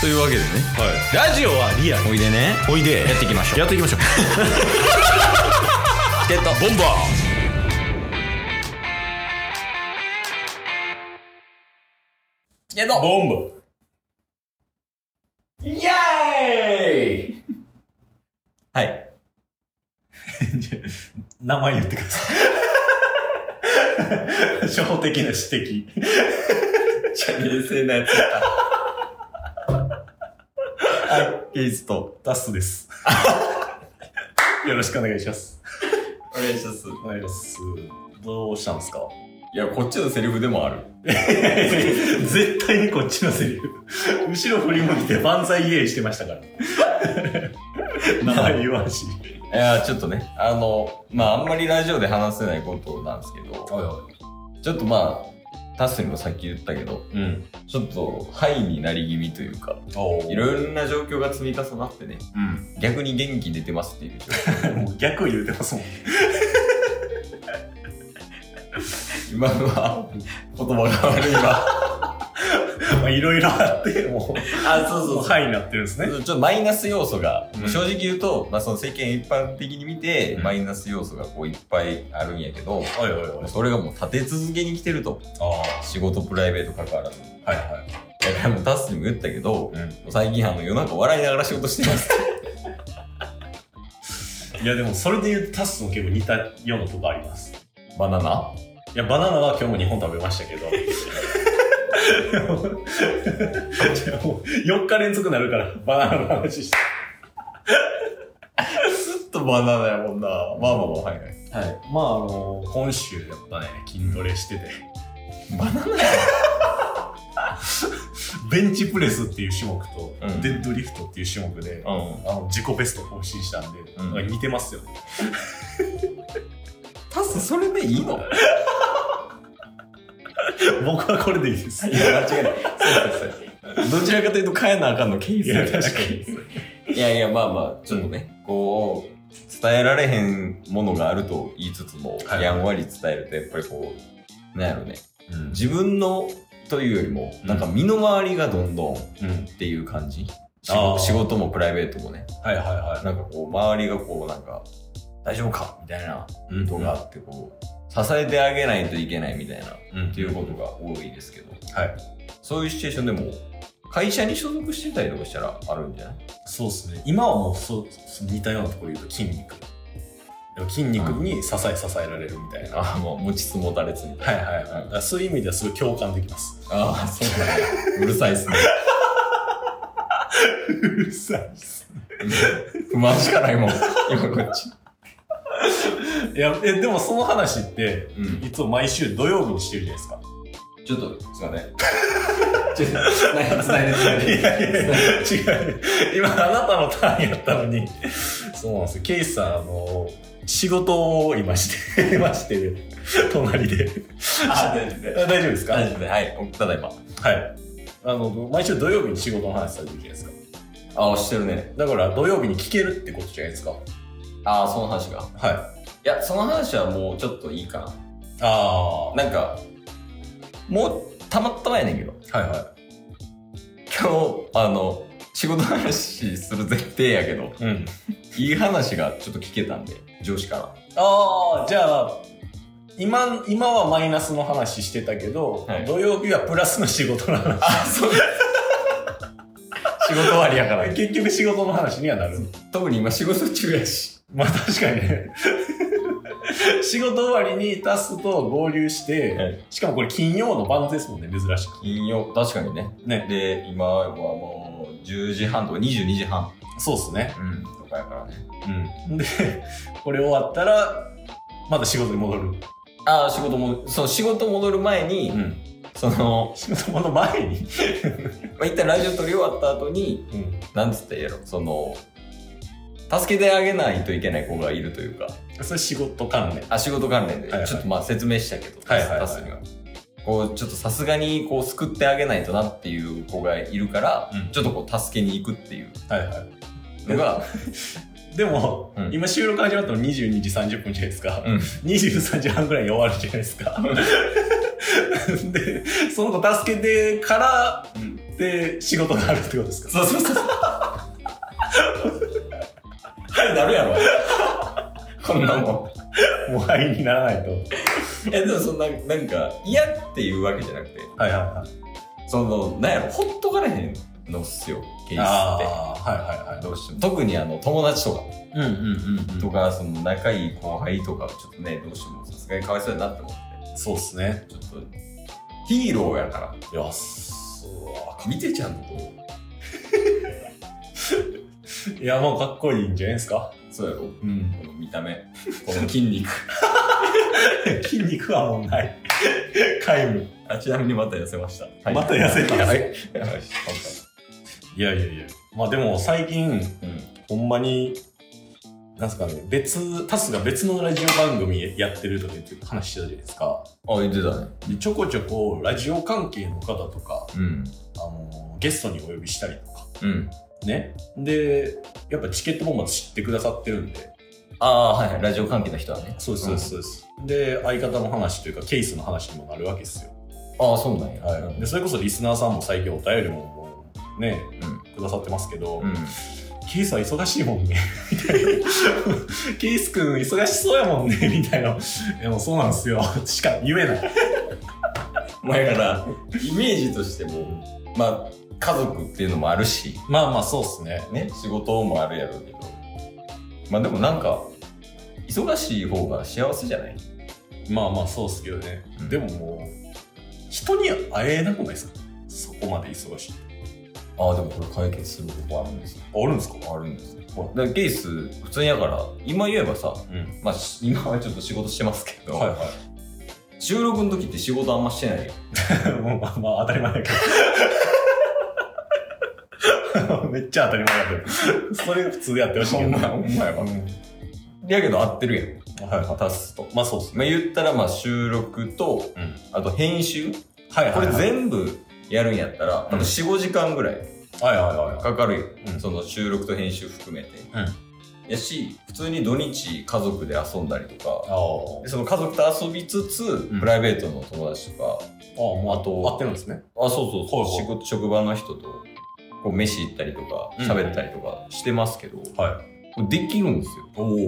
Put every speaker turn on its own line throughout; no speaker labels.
というわけでね
ラジオはリアル
おいでね
おいで
やっていきましょう
やっていきましょう
チケットボンバーチケット
ボンボイエーイはい名前言ってください 初歩的な指摘
冷静なやつ
はいゲイズとダ スですよろしくお願いします
お願いします
お願いしますどうしたんですか
いやこっちのセリフでもある
絶対にこっちのセリフ後ろ振り向いて万歳イエーイしてましたから 名前言わんし
いやちょっとねあのまああんまりラジオで話せないことなんですけど
いお
ちょっとまあタスにもさっき言ったけど
いうん
ちょっとハイになり気味というか
お
い
いろ
ろんな状況が積み重なってね
うん
逆に元気出てますっていう状況
もう逆言うてますもん。
今のは言葉が悪いわ
まあいろいろあって、も
あ
う、もう
はい
はいになってるんですね。
ちょっとマイナス要素が、
うん
正直言うと、まあ、その世間一般的に見て、
うん
マイナス要素がこういっぱいあるんやけど、
おいおいおい。
それがもう立て続けに来てると
あ
仕事プライベート関わらず
あ、はいはい。
だからもうタスにも言ったけど
う
最近あの夜中笑いながら仕事してます
ん、いやでもそれで言うとタスも結構似たようなとこあります
バナナ
いやバナナは今日も2本食べましたけ ど じゃあもう4日連続なるからバナナの話して
ずっとバナナやもんなまあまあまあはいはい
はいまああの今週やっぱね筋トレしてて
バナナ
ベンチプレスっていう種目と、
うん
デッドリフトっていう種目で、
うん
あの自己ベスト更新したんで、
うん
なんか似てますよね
タスそれでいいの
僕はこれでいいです
いや間違いないそうそう そうどちらかというと変えなあかんのケー
い
ス
や
や
確かに
いやいやまあまあちょっとね、こう伝えられへんものがあると言いつつも、
はい
やんわり伝えるとやっぱりこうなんやろね
うん
自分のというよりも
うん
なんか身の回りがどんどんっ
うん、
ていう感じ、仕
あ
事
ー
仕事もプライベートもね
はいはいは。
なんかこう周りがこうなんか大丈夫かみたいない
うん
ことがあってこう支えてあげないといけないみたいなっ
うん、
ていうことが多いですけど、
はい
そういうシチュエーションでも会社に所属してたりとかしたらあるんじゃない
そうですね。今はもうそうそう似たようなところで言うと筋肉。でも筋肉に支え支えられるみたいな。
ああもう持ちつ持たれつみたいな。
はいはいはい。だからそういう意味ではすごい共感できます。
ああ、そうなんだ。うるさいっすね。
うるさいっす。
不満しかないもん。今こっち。
いや、え、でもその話って、
うん。
いつも毎週土曜日にしてるじゃないですか。
ちょっと、すいません。ちょっと、つないで、つないで、つない
いやいやい や、違う。今あなたのターンやったのに。そうなんですよ。ケイさん、あの、仕事を今して まして、隣で。
あ、大丈夫
あ大丈夫ですか
大丈夫で、はい。ただいま。
はい。あの、毎週土曜日に仕事の話されてるじゃないですか。
ああ、してるね。
だから土曜日に聞けるってことじゃないですか。はい。
ああ、その話が。
あ
いや、その話はもうちょっといいか
あ。は
な。なんか、もう、たまったまやねんけど。
いは
今日、あの、仕事の話する前提やけど、
い。うん。
いい話がちょっと聞けたんで、上司から。
ああ、じゃあ、今、今はマイナスの話してたけど、
はい
土曜日はプラスの仕事の話。
あ、そうです。仕事終わりやから。
結局仕事の話にはなる。
特に今仕事中やし。
まあ確かに ね。仕事終わりにタスと合流して、
はい
しかもこれ金曜の晩ですもんね、珍しく。
金曜、確かにね。
ね。
で、今はもう10時半とか22時半。
そうっすね。
うん。とかやからね。
うん。で、これ終わったら、また仕事に戻る。
ああ、仕事も、そう、仕事戻る前に、
ん。
その、
仕事の前に、
まあ、一旦ラジオ撮り終わった後に、なんつったらいいやろ、その、助けてあげないといけない子がいるというか、
それ仕事関連
あ、仕事関連で、
はいはい
ちょっとまあ説明したけど、
はいはいはい
タスには。こう、ちょっとさすがに、こう、救ってあげないとなっていう子がいるから、
うん
ちょっとこう、助けに行くっていう
はいはい
のが、
でも、
うん
今収録始まっても22時30分じゃないですか、
うん
23時半ぐらいに終わる じゃないですかでその子助けてから
うん
で、仕事があるってことですか
そうそうそう。はい、なるやろ。こんなもん。
もう灰にならないと。
え、でもそんな、なんか、嫌っていうわけじゃなくて、
はいはいはい。
その、なんやろ、ほっとかれへんのっすよ、ケースっ
ああ、はいはい
て。どうしても。特にあの、友達とか、
はい。うんうんうん、
とか、その、仲いい後輩とか、ちょっとね、どうしてもさすがにかわいそうだなって思っ
そうっすね。
て、ちょっと、ヒーローやから、
いや、そ
見てちゃんと、
う。いや、もうかっこいいんじゃないですか。
そうやろ、
うん。
この見た目、この筋肉。
筋肉はもうない。皆無。
あ、ちなみにまた痩せました。
また痩せた
はい。はい
いやいやいや。まあでも最近、
うん
ほんまに、なんすかね、別、タスが別のラジオ番組やってるとかって話してたじゃないですか。
あ、言ってたね。
でちょこちょこラジオ関係の方とか、
うん。
あのゲストにお呼びしたりとか、
うん。
ね。で、やっぱチケットボンバーズ知ってくださってるんで、
ああ、はい。ラジオ関係の人はね。
そうです、そうです、そうです。で、相方の話というか、ケースの話にもなるわけですよ。
ああ、そうなんや。
はい。で、それこそリスナーさんも最近お便りも、ね、
う
くださってますけ
ん。
ど、
うん。
ケースは忙しいもんね、 みたいな。ケースくん忙しそうやもんね、 みたいな。いや、もうそうなんですよ。しか言えない。
まあ、だから、イメージとしても、まあ、家族っていうのもあるし、
まあまあ、そうっすね。
ね、仕事もあるやろうけど。まあ、でもなんか、忙しい方が幸せじゃない
まあまあ、そうっすけどね。
うん
でももう、人に会えなくないですかそこまで忙しい。
ああ、でもこれ解決する方法あるんですよ。
あるんですか
あるんですね。だからケース、普通にやから、今言えばさ、
うん。
まあ、し今はちょっと仕事してますけど、
はいはい。
収録の時って仕事あんましてないよ。
もうまあまあ当たり前だけど。 めっちゃ当たり前だけど。それ普通やってほしいけど。
ほんまほんまやわ
うん
やけど合ってる
はい
やん。
は
タスと。
い。まあそうっすね。
まあ、言ったら、まあ、収録と、
うん
あと編集。
はい
こ
はい
れ
はい。
全部やるんやったら、多
う
分
ん
4、5時間ぐらい
はいはいはいは
かかるよ。
い。うん
その収録と編集含めて。
うん
やし、普通に土日家族で遊んだりとか、
あ
でその家族と遊びつつ、
ん
プライベートの友達とか、
あ、もう
あと
合ってるんですね。
あ、そうそうそう、
はいはい
仕事、職場の人と、こう飯行ったりとか、
うん
喋ったりとかしてますけど、
はい。
これできるんですよ。
おお。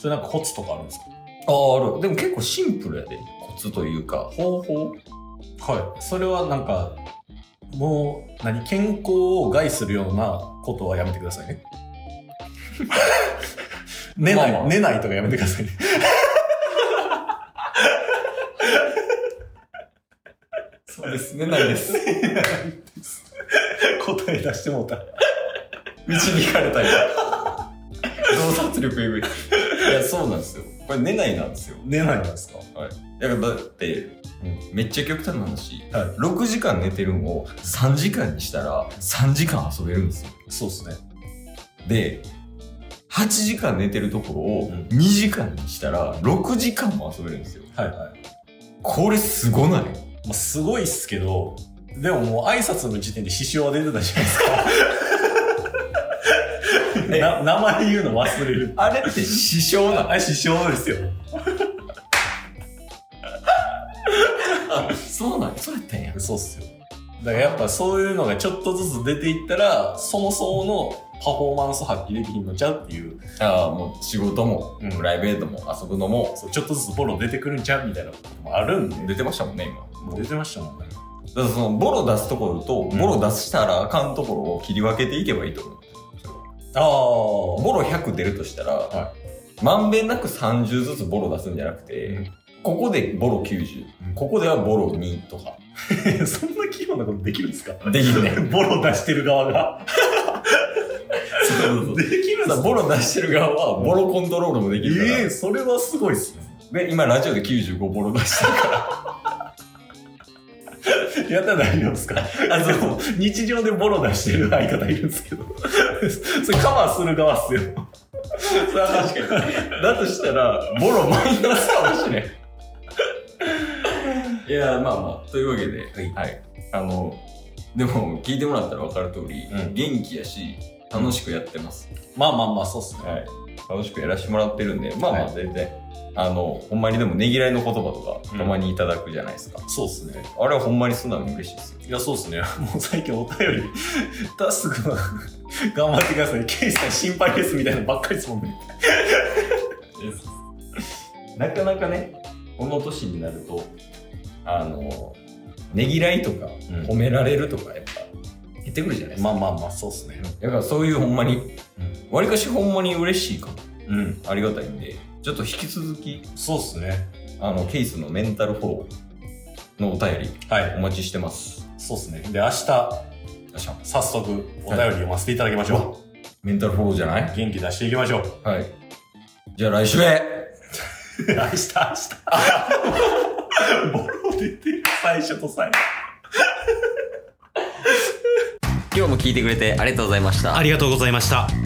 それなんかコツとかあるんです
ああ、ある。でも結構シンプルやで。コツというか、方法
かはい。それはなんか、もう、何、健康を害するようなことはやめてください ね。寝ない、
まあまあ
寝ないとかやめてくださいね。
そうですね、ない です。
答え出してもうた。
導かれたり洞察力えぐいいやそうなんですよこれ寝ないなんですよ
寝ないんですか
だからだって、
う
めっちゃ極端な話、
はい
6時間寝てるんを3時間にしたら3時間遊べるんですよ
そうですね。
で8時間寝てるところを
うん
2時間にしたら6時間も遊べるんですよ
はいはい。
これすごない
まあ、すごいっすけど、でももう挨拶の時点で支障は出てたじゃ ないですか。な名前言うの忘れる。
あれって支障な
あ、支障ですよ。
のそうなんそうやったんや
そうっすよ。だからやっぱそういうのがちょっとずつ出ていったら、そもそものパフォーマンス発揮できひんのちゃうっていう、
ああもう仕事も
うん
プライベートも遊ぶのも
そうちょっとずつフォロー出てくるんちゃうみたいなこともあるんで、
出てましたもんね今
もう出てましたもんね。
だからそのボロ出すところと、
うん
ボロ出したらあかんところを切り分けていけばいいと思う。
ああ、
ボロ100出るとしたら、
は
まんべんなく30ずつボロ出すんじゃなくて、
うん
ここでボロ90、
うん
ここではボロ2とか。
そんな器用なことできるん ですか
できるね。
ボロ出してる側が。
そうそう
できるん
そ
だ
うボロ出してる側はボロコントロールもできるから。
ええそれはすごいっすね。
で、今ラジオで95ボロ出してるか
やったら大丈夫ですか あ、でも、日常でボロ出してる相方いるんですけど。 それカバーする側っ すよ。
ら。確かに。だとしたら、ボロマイナスかもしれん。いやー、まあまあ、というわけで、
はい。
はい。あの、でも聞いてもらったら分かる通り、
うん
元気やし、楽しくやってます。
まあまあまあ、そうっすね。
はい。楽しくやらせてもらってるんで、まあま
は
あ全然、あの、ほんまにでもねぎらいの言葉とか、たまにいただくじゃないですか。
そうですね。
あれはほんまに素直に嬉しいですよ。
いや、そうですね。 もう最近お便り、タスクが頑張ってください。ケイさん心配ですみたいなのばっかりですもんね。
なかなかね、この年になると、あの、ねぎらいとか、
うん
褒められるとか、やっぱ、減ってくるじゃないですか。
まあまあまあ、そうですね。
だからそういうほんまに、
うん
わりかしほんまに嬉しいかも。
うん。
ありがたいんで、ちょっと引き続き、
そうですね。
あの、ケースのメンタルフォローのお便り、
はい。
お待ちしてます。
そうですね。で、明日、
よっしゃ
早速、お便り読ませていただきましょ
メンタルフォローじゃな
う。
い
元気出していきましょう。
はい。じゃあ来週へ
明日、 明日。ボロ出てる、最初と最後。
今日も聞いてくれてありがとうございました
あ。りがとうございました。